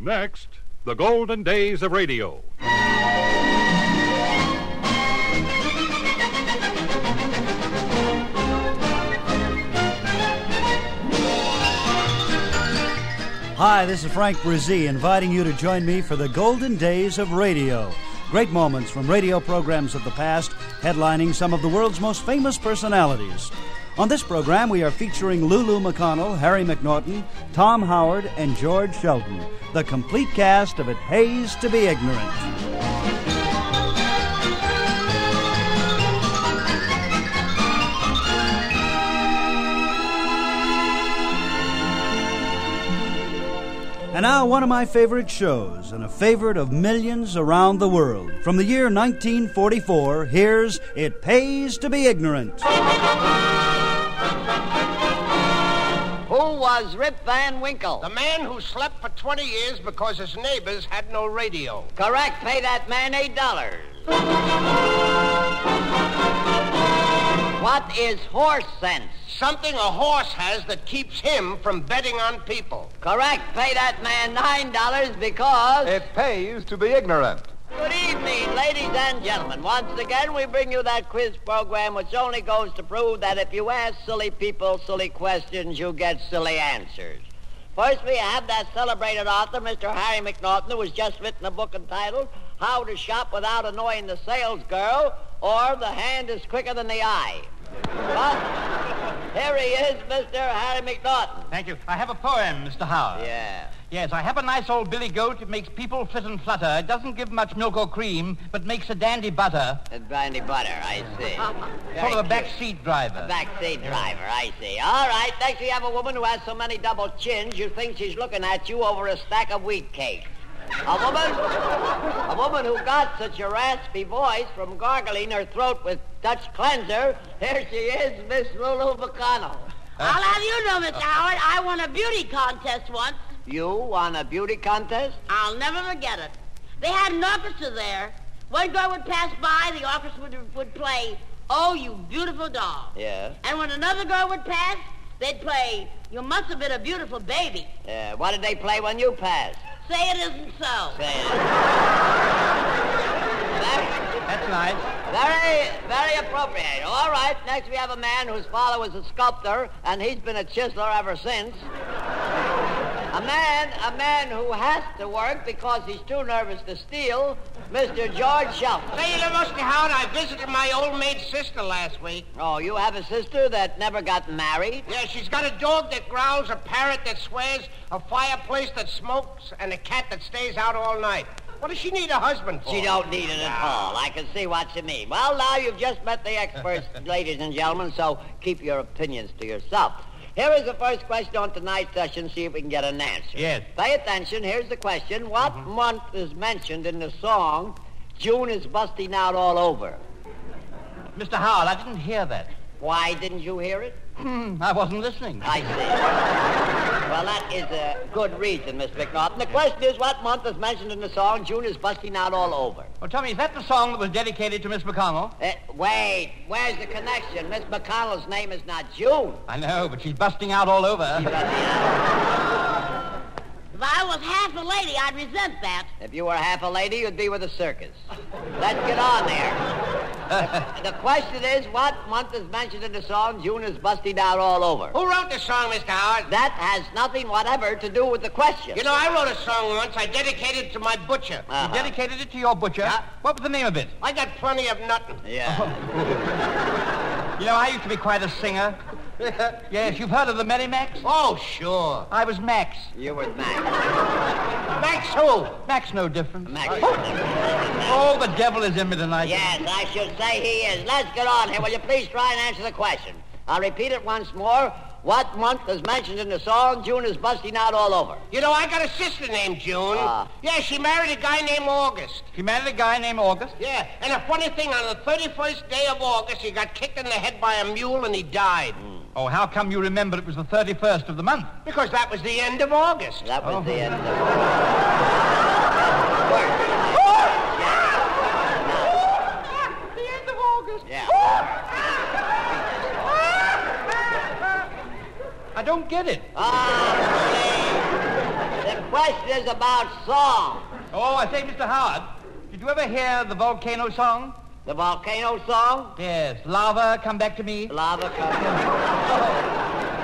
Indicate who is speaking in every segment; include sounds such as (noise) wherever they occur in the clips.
Speaker 1: Next, the golden days of radio.
Speaker 2: Hi, this is Frank Brzee inviting you to join me for the golden days of radio. Great moments from radio programs of the past, headlining some of the world's most famous personalities. On this program, we are featuring Lulu McConnell, Harry McNaughton, Tom Howard, and George Shelton, the complete cast of It Pays to Be Ignorant. And now, one of my favorite shows and a favorite of millions around the world. From the year 1944, here's It Pays to Be Ignorant.
Speaker 3: Who was Rip Van Winkle?
Speaker 4: The man who slept for 20 years because his neighbors had no radio.
Speaker 3: Correct. Pay that man eight dollars. What is horse sense?
Speaker 4: Something a horse has that keeps him from betting on people.
Speaker 3: Correct. Pay that man nine dollars because.
Speaker 5: It pays to be ignorant.
Speaker 3: Good evening, ladies and gentlemen. Once again, we bring you that quiz program which only goes to prove that if you ask silly people silly questions, you get silly answers. First, we have that celebrated author, Mr. Harry McNaughton, who has just written a book entitled How to Shop Without Annoying the Sales Girl or The Hand is Quicker Than the Eye. But here he is, Mr. Harry McNaughton.
Speaker 6: Thank you. I have a poem, Mr. Howard.
Speaker 3: Yeah.
Speaker 6: Yes, I have a nice old billy goat. It makes people flit and flutter. It doesn't give much milk or cream, but makes a dandy butter.
Speaker 3: And brandy butter, I see.
Speaker 6: Sort
Speaker 3: Very
Speaker 6: of a back
Speaker 3: cute.
Speaker 6: seat driver.
Speaker 3: Backseat driver, I see. All right, next we have a woman who has so many double chins you think she's looking at you over a stack of wheat cakes. A woman, a woman who got such a raspy voice from gargling her throat with Dutch cleanser. Here she is, Miss Lulu McConnell.
Speaker 7: I'll have you know, Miss Howard, I won a beauty contest once.
Speaker 3: You won a beauty contest?
Speaker 7: I'll never forget it. They had an orchestra there. One girl would pass by, the orchestra would, would play, Oh, You Beautiful Doll.
Speaker 3: Yeah.
Speaker 7: And when another girl would pass, they'd play, You Must Have Been a Beautiful Baby.
Speaker 3: Yeah. What did they play when you passed?
Speaker 7: Say it isn't so.
Speaker 3: Say it. Very-
Speaker 6: That's nice.
Speaker 3: Very, very appropriate. All right, next we have a man whose father was a sculptor, and he's been a chiseler ever since. A man, a man who has to work because he's too nervous to steal, Mr. George Shelton.
Speaker 4: Say, you know, Mr. Howard, I visited my old maid sister last week.
Speaker 3: Oh, you have a sister that never got married?
Speaker 4: Yeah, she's got a dog that growls, a parrot that swears, a fireplace that smokes, and a cat that stays out all night. What does she need a husband for?
Speaker 3: She
Speaker 6: uh,
Speaker 3: don't need it at all. I can see what you mean. Well, now you've just met the experts, ladies and gentlemen, so keep your opinions to yourself. Here is the first question on tonight's session. See if we can get an answer.
Speaker 6: Yes.
Speaker 3: Pay attention. Here's the question. What month is mentioned in the song June is busting out all over?
Speaker 6: Mr. Howard, I didn't hear that. (laughs)
Speaker 3: Why didn't you hear it?
Speaker 6: Hmm, I wasn't listening.
Speaker 3: I see. well, that is a good reason, Miss McNaughton. The question is, what month is mentioned in the song June is busting out all over?
Speaker 6: Well, tell me, is that the song that was dedicated to Miss McConnell?
Speaker 3: Eh, wait, where's the connection? Miss McConnell's name is not June.
Speaker 6: I know, but she's busting out all over.
Speaker 7: If I was half a lady, I'd resent that.
Speaker 3: If you were half a lady, you'd be with a circus. Let's get on there. The, the question is, what month is mentioned in the song June is busting out all over?
Speaker 4: Who wrote the song, Mr. Howard?
Speaker 3: That has nothing whatever to do with the question.
Speaker 4: You know, I wrote a song once. I dedicated it to my butcher.
Speaker 3: Uh-huh.
Speaker 6: You dedicated it to your butcher.
Speaker 4: Yeah.
Speaker 6: What was the name of it?
Speaker 4: I got plenty of nothing.
Speaker 3: Yeah.
Speaker 6: You know, I used to be quite a singer. yes, you've heard of the Merry Max?
Speaker 4: Oh, sure.
Speaker 6: I was Max.
Speaker 3: You were Max.
Speaker 4: Max who?
Speaker 6: Max, no different. (laughs)
Speaker 3: Max.
Speaker 6: Oh, the devil is in me tonight.
Speaker 3: Yes, I should say he is. Let's get on here. Will you please try and answer the question? I'll repeat it once more. What month is mentioned in the song June is busting out all over?
Speaker 4: You know, I got a sister named June.
Speaker 3: Ah.
Speaker 4: yeah, she married a guy named August.
Speaker 6: She married a guy named August.
Speaker 4: Yeah, and a funny thing, on the 31st day of August, he got kicked in the head by a mule and he died.
Speaker 3: Hmm.
Speaker 6: Oh, how come you remember it was the 31st of the month?
Speaker 4: Because that was the end of August.
Speaker 3: That was
Speaker 6: Oh.
Speaker 3: the end of Work.
Speaker 4: The end of August?
Speaker 3: Yeah.
Speaker 6: I don't get it.
Speaker 3: Ah, see. The question is about song.
Speaker 6: Oh, I say, Mr. Howard, did you ever hear the volcano song?
Speaker 3: The volcano song?
Speaker 6: Yes, lava, come back to me.
Speaker 3: Lava comes.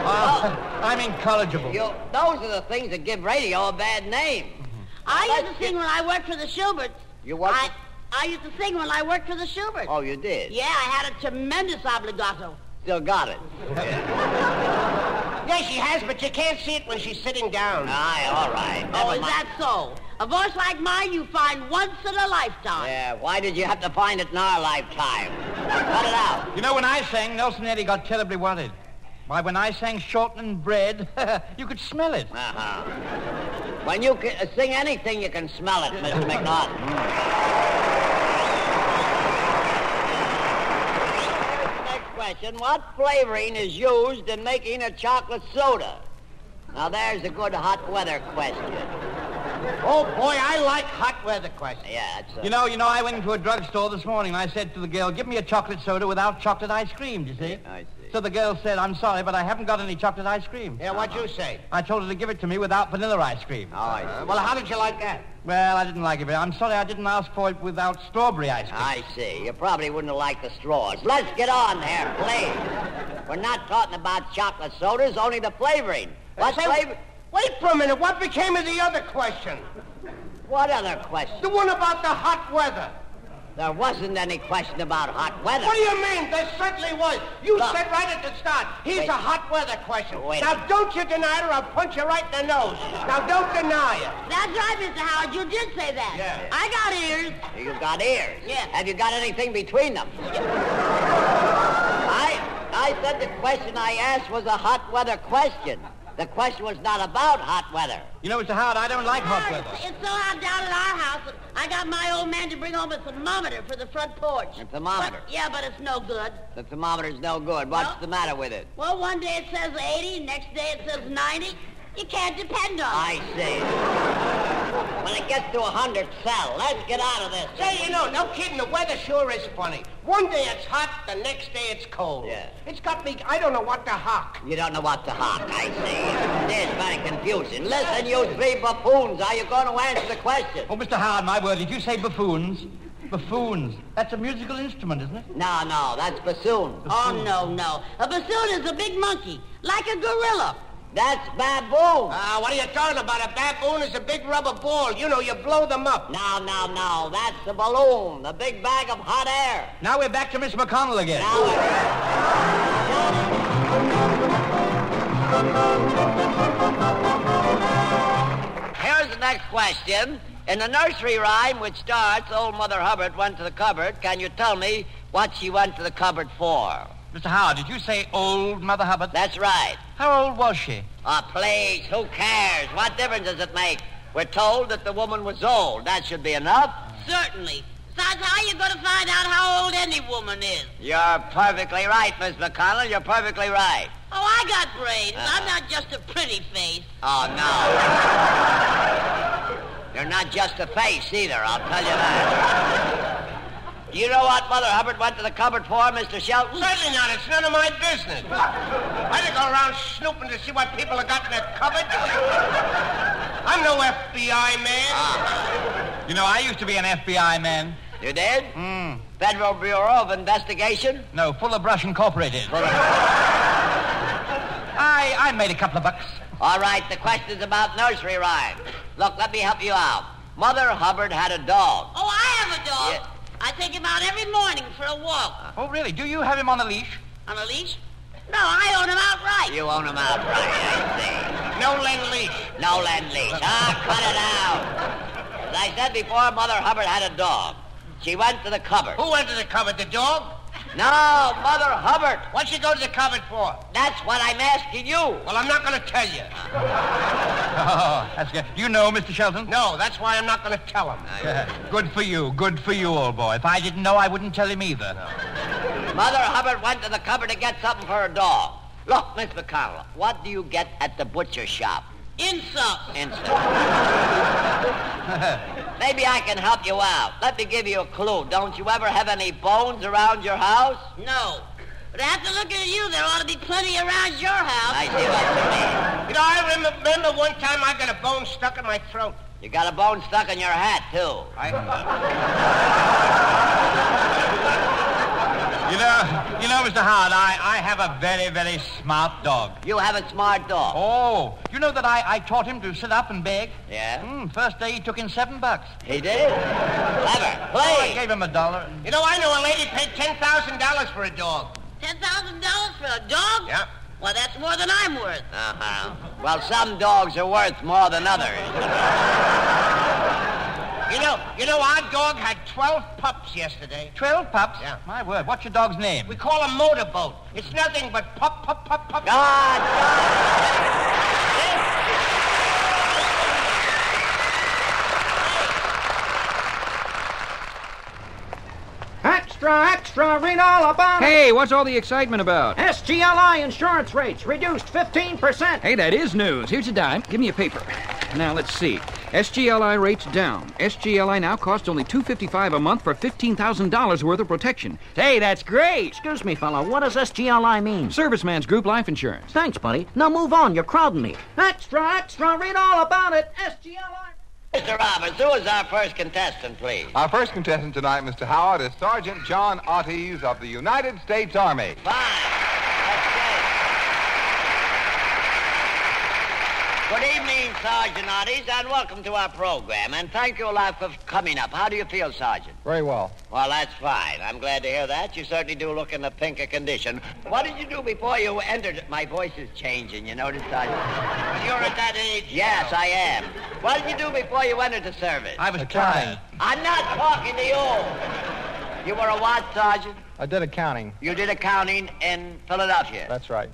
Speaker 6: Ah, (laughs) I'm incorrigible.
Speaker 3: You, those are the things that give radio a bad name.
Speaker 4: Mm-hmm.
Speaker 7: I used to sing when I worked for the Schuberts.
Speaker 3: You worked
Speaker 7: I,
Speaker 3: for-
Speaker 7: I used to sing when I worked for the Schuberts.
Speaker 3: Oh, you did?
Speaker 7: Yeah, I had a tremendous obligato.
Speaker 3: Still got it.
Speaker 4: Yeah, she has, but you can't see it when she's sitting down.
Speaker 3: Aye, all right. Never
Speaker 7: oh, is
Speaker 3: mind.
Speaker 7: that so? A voice like mine you find once in a lifetime.
Speaker 3: Yeah, why did you have to find it in our lifetime? Cut it out.
Speaker 6: You know, when I sang, Nelson Eddy got terribly worried. Why, when I sang Shorten and Bread, (laughs) you could smell it.
Speaker 3: Uh-huh. When you can, uh, sing anything, you can smell it, Mr.
Speaker 4: Mm-hmm.
Speaker 3: McNaughton. Next question. What flavoring is used in making a chocolate soda? Now, there's a good hot weather question.
Speaker 4: Oh, boy, I like hot weather questions.
Speaker 3: Yeah, it's a...
Speaker 6: You know, you know, I went into a drugstore this morning. I said to the girl, give me a chocolate soda without chocolate ice cream, do you see?
Speaker 3: I see.
Speaker 6: So the girl said, I'm sorry, but I haven't got any chocolate ice cream.
Speaker 4: Yeah, what'd you say?
Speaker 6: I told her to give it to me without vanilla ice cream.
Speaker 3: All right.
Speaker 4: Well, how did you like that?
Speaker 6: Well, I didn't like it, but I'm sorry I didn't ask for it without strawberry ice cream.
Speaker 3: I see. You probably wouldn't have liked the straws. Let's get on there, please. We're not talking about chocolate sodas, only the flavoring. What
Speaker 4: Say,
Speaker 3: flavor?
Speaker 4: Wait for a minute. What became of the other question?
Speaker 3: What other question?
Speaker 4: The one about the hot weather.
Speaker 3: There wasn't any question about hot weather.
Speaker 4: What do you mean? There certainly was. You
Speaker 3: Look.
Speaker 4: said right at the start, here's
Speaker 3: Wait.
Speaker 4: a hot weather question.
Speaker 3: Wait.
Speaker 4: Now, don't you deny it or I'll punch you right in the nose. Now, don't deny it.
Speaker 7: That's right, Mr. Howard. You did say that.
Speaker 4: Yeah.
Speaker 7: I got ears.
Speaker 3: You got ears.
Speaker 7: Yeah.
Speaker 3: Have you got anything between them? I I said the question I asked was a hot weather question. The question was not about hot weather.
Speaker 6: You know, Mr. Howard, I don't like hot
Speaker 7: Howard,
Speaker 6: weather.
Speaker 7: It's, it's so hot down at our house. I got my old man to bring home a thermometer for the front porch.
Speaker 3: A thermometer?
Speaker 7: But- yeah, but it's no good.
Speaker 3: The thermometer's no good. What's
Speaker 7: No.
Speaker 3: the matter with it?
Speaker 7: Well, one day it says 80, next day it says 90. You can't depend on
Speaker 3: I
Speaker 7: it.
Speaker 3: see. When it gets to a hundred, sell. Let's get out of this.
Speaker 4: Say, you know, no kidding, the weather sure is funny. One day it's hot, the next day it's cold.
Speaker 3: Yeah.
Speaker 4: It's got me, I don't know what to hock.
Speaker 3: You don't know what to hock, I see. It is very confusing. Listen, you three buffoons, are you going to answer the question?
Speaker 6: Oh, Mr. Howard, my word, did you say buffoons? Buffoons. That's a musical instrument, isn't it?
Speaker 3: No, no, that's bassoon.
Speaker 7: Oh, no, no. A bassoon is a big monkey, like a gorilla.
Speaker 3: That's baboon.
Speaker 4: Ah, what are you talking about? A baboon is a big rubber ball. You know, you blow them up.
Speaker 3: No, no, no, that's the balloon, the big bag of hot air.
Speaker 6: Now we're back to Miss McConnell again.
Speaker 3: Now, it- here's the next question. In the nursery rhyme, which starts, Old Mother Hubbard went to the cupboard, can you tell me what she went to the cupboard for?
Speaker 6: Mr. Howard, did you say old Mother Hubbard?
Speaker 3: That's right.
Speaker 6: How old was she?
Speaker 3: Ah, please, who cares? What difference does it make? We're told that the woman was old. That should be enough.
Speaker 7: Certainly. Besides, how are you going to find out how old any woman is?
Speaker 3: You're perfectly right, Miss McConnell. You're perfectly right.
Speaker 7: Oh, I got brains.
Speaker 3: Uh-huh.
Speaker 7: I'm not just a pretty face.
Speaker 3: Oh, no. You're not just a face either, I'll tell you that. Do you know what Mother Hubbard went to the cupboard for, Mr. Shelton?
Speaker 4: Certainly not. It's none of my (laughs) business. I don't go around snooping to see what people have got in their cupboard. I'm no FBI man.
Speaker 6: You know, I used to be an FBI man.
Speaker 3: You did? Mm. Federal Bureau of Investigation?
Speaker 6: No, Fuller Brush Incorporated. I, I made a couple of bucks.
Speaker 3: All right, the question's about nursery rhymes. Look, let me help you out. Mother Hubbard had a dog.
Speaker 7: Oh, I have a dog.
Speaker 3: Yeah.
Speaker 7: I take him out every morning for a walk.
Speaker 6: Oh, really? Do you have him on a leash?
Speaker 7: On a leash? No, I own him outright.
Speaker 3: You own him outright, I see.
Speaker 4: No lend leash.
Speaker 3: No lend
Speaker 7: (laughs)
Speaker 3: lease. Ah, cut it out. As I said before, Mother Hubbard had a dog. She went to the cupboard.
Speaker 4: Who went to the cupboard? The dog?
Speaker 3: No, Mother Hubbard.
Speaker 4: What'd she go to the cupboard for?
Speaker 3: That's what I'm asking you.
Speaker 4: Well, I'm not going to tell you.
Speaker 6: Oh, (laughs) that's good. You know, Mr. Shelton? Uh,
Speaker 4: No, that's why I'm not going to tell him.
Speaker 6: Good for you. Good for you, old boy. If I didn't know, I wouldn't tell him either.
Speaker 3: Mother Hubbard went to the cupboard to get something for her dog. Look, Miss McConnell, what do you get at the butcher shop?
Speaker 7: Insults.
Speaker 3: Instant.
Speaker 7: (laughs)
Speaker 3: Maybe I can help you out. Let me give you a clue. Don't you ever have any bones around your house?
Speaker 7: No. But after looking at you, there ought to be plenty around your house.
Speaker 3: I see what you mean.
Speaker 4: You know, I rem- remember one time I got a bone stuck in my throat.
Speaker 3: You got a bone stuck in your hat, too.
Speaker 6: You know, you know, Mr. Howard, I, I have a very, very smart dog.
Speaker 3: You have a smart dog.
Speaker 6: Oh, you know that I, I taught him to sit up and beg?
Speaker 3: Yeah?
Speaker 6: Hmm, first day he took in seven bucks.
Speaker 3: He did? Clever.
Speaker 6: Oh, I
Speaker 3: Please.
Speaker 6: gave him a dollar.
Speaker 4: You know, I know a lady paid $10,000 for a dog.
Speaker 7: Ten thousand dollars for a dog?
Speaker 4: Yeah.
Speaker 7: Well, that's more than I'm worth.
Speaker 3: Uh-huh. Well, some dogs are worth more than others.
Speaker 4: You know, you know, our dog had 12 pups yesterday.
Speaker 6: Twelve pups?
Speaker 4: Yeah.
Speaker 6: My word, what's your dog's name?
Speaker 4: We call him motorboat. It's nothing but pup, pup, pup,
Speaker 3: God,
Speaker 4: pup.
Speaker 3: God.
Speaker 8: Extra, extra, read all about it.
Speaker 9: Hey, what's all the excitement about?
Speaker 8: SGLI insurance rates reduced 15%.
Speaker 9: Hey, that is news. Here's a dime. Give me a paper. Now let's see. SGLI rates down. SGLI now costs only $255 a month for $15,000 worth of protection. Hey, that's great.
Speaker 8: Excuse me, fella, what does SGLI mean?
Speaker 9: Serviceman's group life insurance.
Speaker 8: Thanks, buddy. Now move on, you're crowding me. Extra, extra, read all about it. SGLI.
Speaker 3: Mr. Roberts, who is our first contestant, please?
Speaker 5: Our first contestant tonight, Mr. Howard, is Sergeant John Otis of the United States Army.
Speaker 3: Fine. That's good. Good evening, Sergeant Oddies, and welcome to our program. And thank you a lot for coming up. How do you feel, Sergeant?
Speaker 5: Very well.
Speaker 3: Well, that's fine. I'm glad to hear that. You certainly do look in a pinker condition. What did you do before you entered? My voice is changing, you notice, Sergeant?
Speaker 4: You're at that age.
Speaker 3: Yes, I am. What did you do before you entered the service?
Speaker 6: I was trying.
Speaker 3: I'm not talking to you. You were a what, Sergeant?
Speaker 5: I did accounting.
Speaker 3: You did accounting in Philadelphia.
Speaker 5: That's right.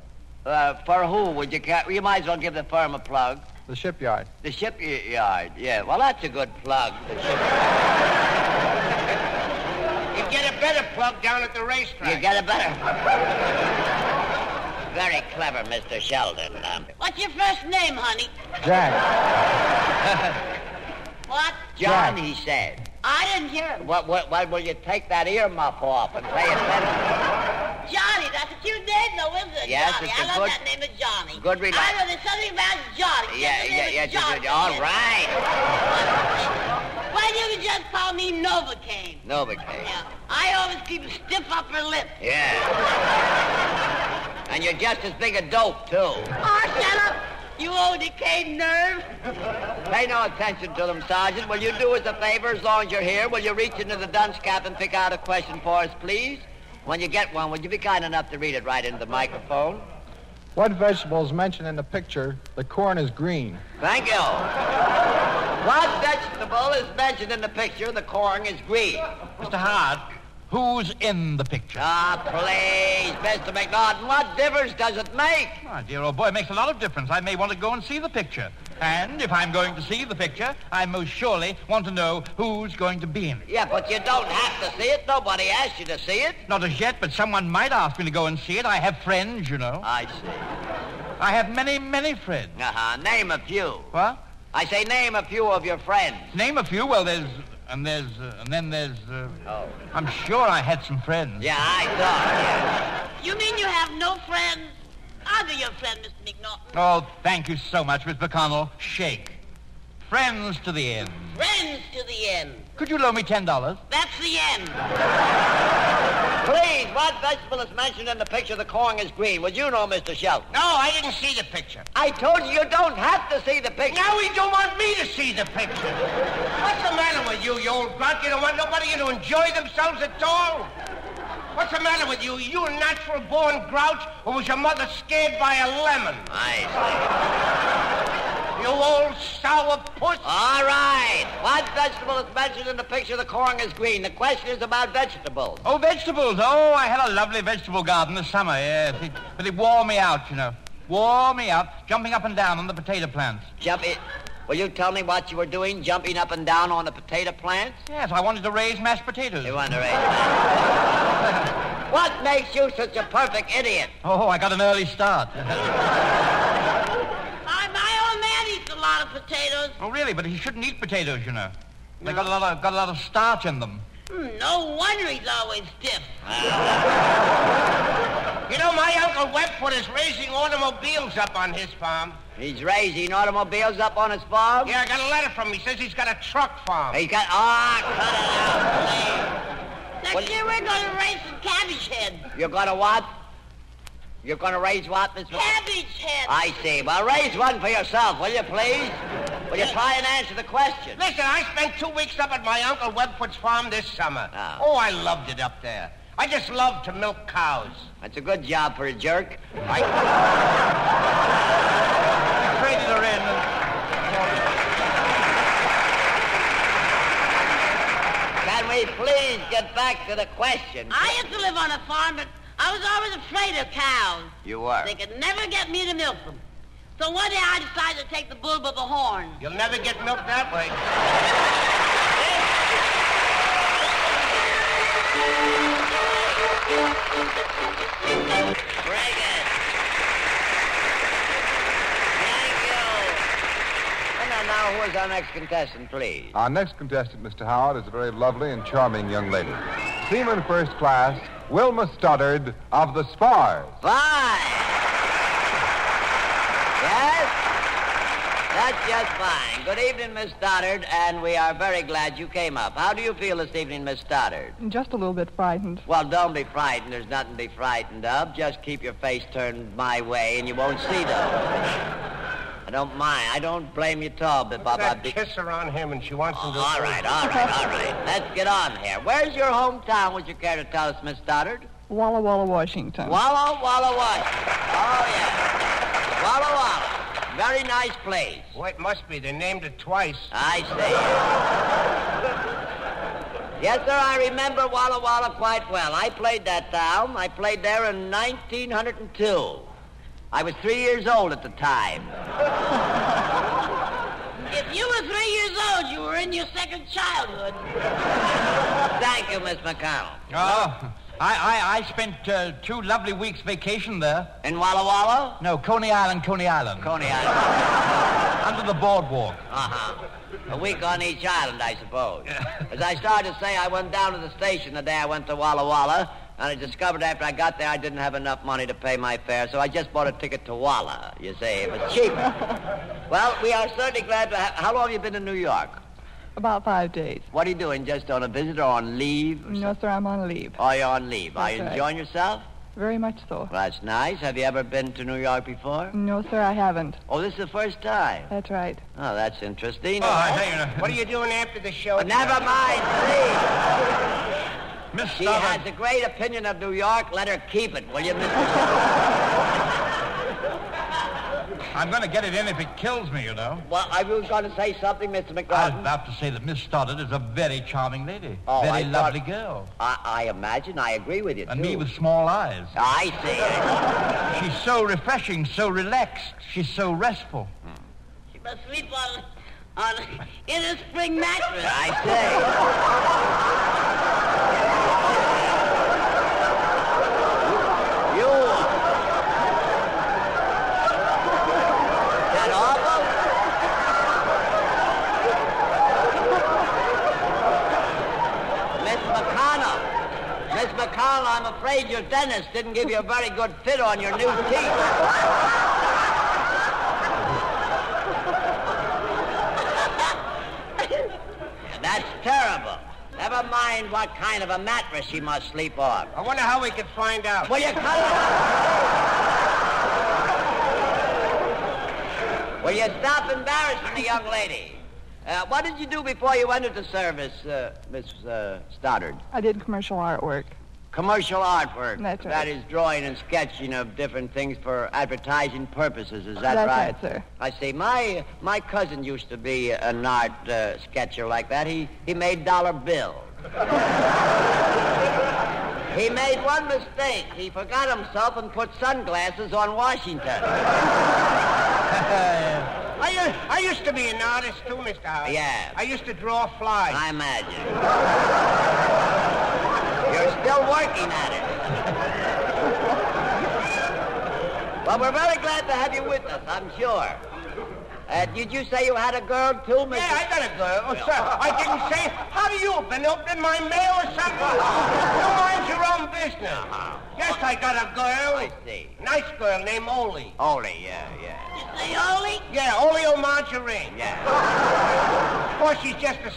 Speaker 3: Uh, for who would you care? You might as well give the firm a plug.
Speaker 5: The shipyard.
Speaker 3: The shipyard, yeah. Well, that's a good plug. The ship-
Speaker 4: You get a better plug down at the racetrack.
Speaker 3: You get a better. (laughs) Very clever, Mr. Sheldon. Um,
Speaker 7: What's your first name, honey?
Speaker 5: Jack.
Speaker 7: What?
Speaker 3: John, he said.
Speaker 7: I didn't hear him.
Speaker 3: What, what, what will you take that earmuff off and pay
Speaker 7: (laughs)
Speaker 3: attention?
Speaker 7: Johnny, that's a cute name, though, isn't it?
Speaker 3: Yes,
Speaker 7: Johnny.
Speaker 3: it's a
Speaker 7: I love
Speaker 3: good-
Speaker 7: that name of Johnny.
Speaker 3: good relax-
Speaker 7: I know there's something about Johnny.
Speaker 3: yeah,
Speaker 7: Just the
Speaker 3: yeah,
Speaker 7: name
Speaker 3: yeah.
Speaker 7: of
Speaker 3: you- you-
Speaker 7: Johnny.
Speaker 3: all right.
Speaker 7: Why don't you just call me Novocaine?
Speaker 3: Novocaine.
Speaker 7: Yeah. I always keep a stiff upper lip.
Speaker 3: Yeah. And you're just as big a dope, too.
Speaker 7: Oh, shut up, you old decayed nerve.
Speaker 3: Pay no attention to them, Sergeant. Will you do us a favor as long as you're here? Will you reach into the dunce cap and pick out a question for us, please? When you get one, would you be kind enough to read it right into the microphone?
Speaker 5: What vegetables mentioned in the picture? The corn is green.
Speaker 3: Thank you. what vegetable is mentioned in the picture? The corn is green.
Speaker 6: Mr. Howard, who's in the picture?
Speaker 3: Ah, please, Mr. McNaughton, what difference does it make?
Speaker 6: My dear old boy, it makes a lot of difference. I may want to go and see the picture. And if I'm going to see the picture, I most surely want to know who's going to be in it.
Speaker 3: Yeah, but you don't have to see it. Nobody asked you to see it.
Speaker 6: Not as yet, but someone might ask me to go and see it. I have friends, you know.
Speaker 3: I see.
Speaker 6: I have many, many friends.
Speaker 3: Uh-huh. Name a few.
Speaker 6: What?
Speaker 3: I say name a few of your friends.
Speaker 6: Name a few. Well, there's and there's uh, and then there's. Uh,
Speaker 3: Oh.
Speaker 6: I'm sure I had some friends.
Speaker 3: Yeah, I thought, yeah.
Speaker 7: You mean you have no friends? I'll be your friend, Mr. McNaughton.
Speaker 6: Oh, thank you so much, Miss McConnell. Shake. Friends to the end.
Speaker 7: Friends to the end.
Speaker 6: Could you loan me ten dollars?
Speaker 7: That's the end.
Speaker 3: Please, what vegetable is mentioned in the picture the corn is green? Would you know, Mr. Shelton?
Speaker 4: No, I didn't see the picture.
Speaker 3: I told you you don't have to see the picture.
Speaker 4: Now he don't want me to see the picture. What's the matter with you, you old grunt? You don't want nobody to enjoy themselves at all? What's the matter with you? You a natural-born grouch, or was your mother scared by a lemon?
Speaker 3: I see.
Speaker 4: You old sour puss.
Speaker 3: All right. What vegetable is mentioned in the picture the corn is green? The question is about vegetables.
Speaker 6: Oh, vegetables. Oh, I had a lovely vegetable garden this summer, yes. It, but it wore me out, you know. Wore me out, jumping up and down on the potato plants.
Speaker 3: Jump it. Will you tell me what you were doing, jumping up and down on the potato plants?
Speaker 6: Yes, I wanted to raise mashed potatoes.
Speaker 3: You underage. (laughs) what makes you such a perfect idiot?
Speaker 6: Oh, I got an early start.
Speaker 7: I, my old man eats a lot of potatoes.
Speaker 6: oh, really? But he shouldn't eat potatoes, you know. They got a lot of got a lot of starch in them.
Speaker 7: Hmm, no wonder he's always stiff.
Speaker 4: You know, my Uncle Webfoot is raising automobiles up on his farm.
Speaker 3: He's raising automobiles up on his farm?
Speaker 4: Yeah, I got a letter from him. He says he's got a truck farm.
Speaker 3: He's got. Ah, cut it out,
Speaker 7: Next year we're going to raise some cabbage head.
Speaker 3: please. You're gonna what? You're gonna raise what, Miss. Mc-
Speaker 7: Cabbage head.
Speaker 3: I see. Well, raise one for yourself, will you, please? Will you try and answer the question?
Speaker 4: Listen, I spent two weeks up at my Uncle Webfoot's farm this summer.
Speaker 3: Ah.
Speaker 4: Oh, I loved it up there. I just love to milk cows.
Speaker 3: That's a good job for a jerk.
Speaker 4: I... I traded her in.
Speaker 3: Can we please get back to the question?
Speaker 7: I used to live on a farm, but I was always afraid of cows.
Speaker 3: You were.
Speaker 7: They could never get me to milk them. So one day I decided to take the bull by the horn.
Speaker 4: You'll never get milk that way.
Speaker 3: Bring it. Thank you. And now, now, who is our next contestant, please?
Speaker 5: Our next contestant, Mr. Howard, is a very lovely and charming young lady. Seaman First Class, Wilma Stoddard of the Spars.
Speaker 3: Fine. Yes? That's just fine. Good evening, Miss Stoddard, and we are very glad you came up. How do you feel this evening, Miss Stoddard?
Speaker 10: Just a little bit frightened.
Speaker 3: Well, don't be frightened. There's nothing to be frightened of. Just keep your face turned my way, and you won't see them. I don't mind. I don't blame you at all, but Bob.
Speaker 4: That
Speaker 3: I'd be-
Speaker 4: kiss her on him, and she wants him to.
Speaker 3: Ah, all right, all right, all right. Let's get on here. Where's your hometown? Would you care to tell us, Miss Stoddard?
Speaker 10: Walla Walla,
Speaker 3: Oh.
Speaker 10: Washington.
Speaker 3: Walla Walla, Washington. Oh yeah, Walla Walla. Very nice place.
Speaker 4: Well, it must be. They named it twice.
Speaker 3: I see. yes, sir. I remember Walla Walla quite well. I played that town. I played there in 1902. I was three years old at the time.
Speaker 7: (laughs) If you were three years old, you were in your second childhood.
Speaker 3: Thank you, Miss McConnell.
Speaker 6: Oh, I, I, I spent uh, two lovely weeks vacation there.
Speaker 3: In Walla Walla,
Speaker 6: No, Coney Island, Coney Island.
Speaker 3: Coney Island.
Speaker 6: under the boardwalk.
Speaker 3: Uh-huh. A week on each island, I suppose. As I started to say, I went down to the station the day I went to Walla Walla, and I discovered after I got there I didn't have enough money to pay my fare, so I just bought a ticket to Walla, you see. It was
Speaker 10: (laughs)
Speaker 3: cheaper. well, we are certainly glad to have... How long have you been in New York?
Speaker 10: About five days.
Speaker 3: What are you doing, just on a visit or on leave? or
Speaker 10: No, sir, I'm on leave.
Speaker 3: something? Are you on leave? Are you
Speaker 10: That's right.
Speaker 3: enjoying yourself?
Speaker 10: Very much so.
Speaker 3: Well, that's nice. Have you ever been to New York before?
Speaker 10: No, sir, I haven't.
Speaker 3: Oh, this is the first time.
Speaker 10: That's right.
Speaker 3: Oh, that's interesting.
Speaker 6: Oh, I tell you, uh,
Speaker 4: What are you doing after the show?
Speaker 3: Oh, Never mind, please.
Speaker 6: Miss
Speaker 3: She
Speaker 6: Stoddard.
Speaker 3: has a great opinion of New York. Let her keep it, will you, Mr.
Speaker 6: I'm going to get it in if it kills me, you know.
Speaker 3: well, I was going to say something, Mr.
Speaker 6: I was
Speaker 3: McNaughton.
Speaker 6: about to say that Miss Stoddard is a very charming lady.
Speaker 3: Oh, I
Speaker 6: very
Speaker 3: thought-
Speaker 6: lovely girl.
Speaker 3: I, I imagine I agree with you,
Speaker 6: And
Speaker 3: too.
Speaker 6: me with small eyes.
Speaker 3: I see.
Speaker 4: Ah.
Speaker 6: She's so refreshing, so relaxed. She's so restful.
Speaker 7: She must sleep on, on in a spring mattress.
Speaker 3: I see. you. That awful? Miss McConnell. Miss McConnell, I'm afraid your dentist didn't give you a very good fit on your new teeth. That's terrible. Never mind what kind of a mattress she must sleep on.
Speaker 4: I wonder how we could find out.
Speaker 3: Will you cut it off? Will you stop embarrassing the young lady? Uh, what did you do before you entered the service, uh, Miss uh, Stoddard?
Speaker 10: I did commercial artwork.
Speaker 3: Commercial artwork.
Speaker 10: That's right.
Speaker 3: That is drawing and sketching of different things for advertising purposes. Is that
Speaker 10: That's
Speaker 3: right?
Speaker 10: right, sir.
Speaker 3: I see. My my cousin used to be an art uh, sketcher like that. He he made dollar bills. (laughs) he made one mistake. He forgot himself and put sunglasses on Washington.
Speaker 4: I, u- I used to be an artist too, Mr. Howard.
Speaker 3: Yeah.
Speaker 4: I used to draw flies.
Speaker 3: I imagine. You're still working at it. (laughs) Well, we're very glad to have you with us, I'm sure. Uh, did you say you had a girl too, Mr.
Speaker 4: Yeah, I got a girl. Oh, sir, I didn't say. How do you been opening my mail or
Speaker 3: (laughs)
Speaker 4: something? you mind your own business. Yes, I got a girl.
Speaker 3: Uh-huh. I see.
Speaker 4: Nice girl named Oli.
Speaker 3: Only, yeah, yeah.
Speaker 7: Say, Ole,
Speaker 4: Yeah, Oleo margarine. Yeah. of course, she's just a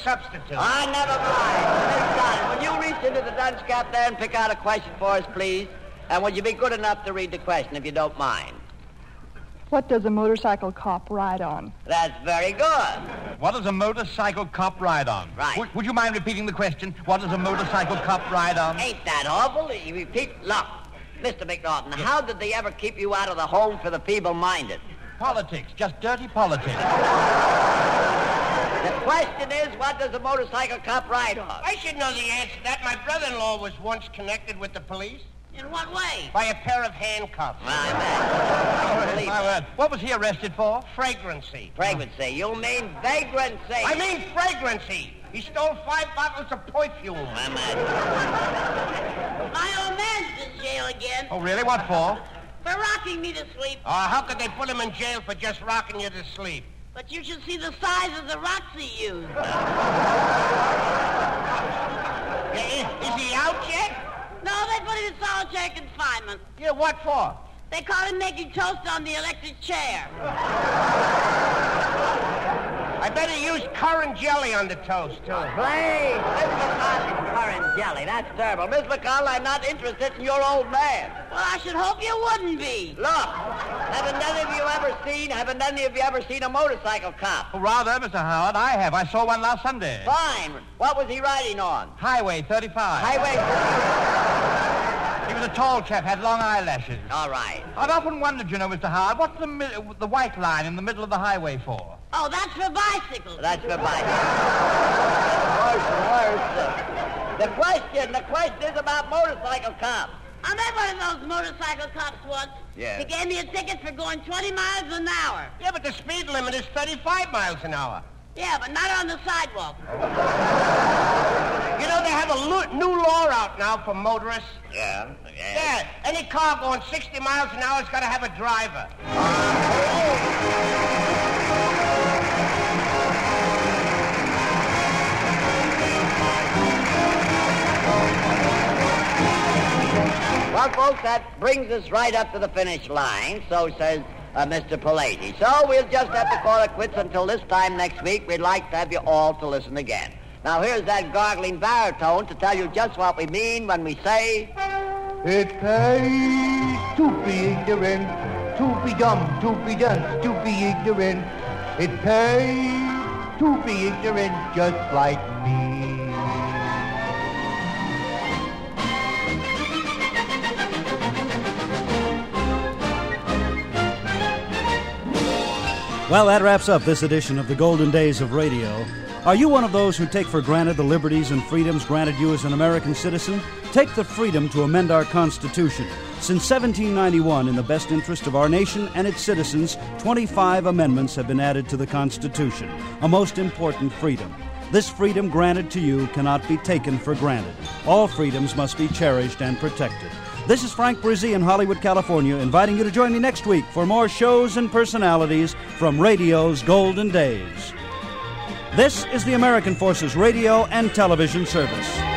Speaker 3: (laughs)
Speaker 4: substitute.
Speaker 3: I never mind. Thank God. Will you reach into the dunce cap there and pick out a question for us, please? And would you be good enough to read the question, if you don't mind?
Speaker 10: What does a motorcycle cop ride on?
Speaker 3: That's very good.
Speaker 6: What does a motorcycle cop ride on?
Speaker 3: Right.
Speaker 6: Would, would you mind repeating the question? What does a motorcycle cop ride on?
Speaker 3: Ain't that awful? You repeat, look, Mr. McNaughton, how did they ever keep you out of the home for the feeble-minded?
Speaker 6: Politics, just dirty politics.
Speaker 3: The question is, what does a motorcycle cop ride on?
Speaker 4: I should know the answer to that. My brother-in-law was once connected with the police
Speaker 7: in what way?
Speaker 4: by a pair of handcuffs.
Speaker 3: Well, I bet.
Speaker 6: My
Speaker 3: Believe it.
Speaker 6: word. What was he arrested for?
Speaker 4: Fragrancy.
Speaker 3: Fragrancy. You mean vagrancy.
Speaker 4: I mean fragrancy. He stole five bottles of perfume.
Speaker 3: I'm a-
Speaker 7: My old man's in jail again
Speaker 6: Oh, really? What for?
Speaker 7: for rocking me to sleep.
Speaker 4: Oh, how could they put him in jail for just rocking you to sleep?
Speaker 7: But you should see the size of the rocks he used.
Speaker 4: I- i- Is he out yet?
Speaker 7: No, they put him in solitary confinement.
Speaker 4: Yeah, what for?
Speaker 7: They caught him making toast on the electric chair.
Speaker 4: I better use currant jelly on the toast, too.
Speaker 3: Please, Miss McCall, currant jelly. That's terrible. Miss McCall, I'm not interested in your old man.
Speaker 7: Well, I should hope you wouldn't be.
Speaker 3: Look, haven't any of you ever seen, haven't any of you ever seen a motorcycle cop?
Speaker 6: Oh, rather, Mr. Howard, I have. I saw one last Sunday.
Speaker 3: Fine. What was he riding on?
Speaker 6: Highway 35.
Speaker 3: Highway...
Speaker 6: He was a tall chap, had long eyelashes.
Speaker 3: All right.
Speaker 6: I've often wondered, you know, Mr. Howard, what's the, mi- the white line in the middle of the highway for?
Speaker 7: Oh, that's for bicycles.
Speaker 3: That's for bite. Worse, worse. The question, the question is about motorcycle cops.
Speaker 7: I met one of those motorcycle cops once.
Speaker 3: Yes.
Speaker 7: He gave me a ticket for going 20 miles an hour.
Speaker 4: Yeah, but the speed limit is 35 miles an hour.
Speaker 7: Yeah, but not on the sidewalk.
Speaker 4: You know, they have a lo- new law out now for motorists.
Speaker 3: Yeah,
Speaker 4: Yeah, any car going 60 miles an hour has got to have a driver.
Speaker 3: Well, folks, that brings us right up to the finish line, so says uh, Mr. Palady. So we'll just have to call it quits until this time next week. We'd like to have you all to listen again. Now, here's that gargling baritone to tell you just what we mean when we say...
Speaker 11: It pays to be ignorant, to be dumb, to be dumb, to be ignorant. It pays to be ignorant just like me.
Speaker 2: Well, that wraps up this edition of the Golden Days of Radio. Are you one of those who take for granted the liberties and freedoms granted you as an American citizen? Take the freedom to amend our Constitution. Since 1791, in the best interest of our nation and its citizens, 25 amendments have been added to the Constitution, a most important freedom. This freedom granted to you cannot be taken for granted. All freedoms must be cherished and protected. This is Frank Brizzi in Hollywood, California, inviting you to join me next week for more shows and personalities from radio's golden days. This is the American Forces Radio and Television Service.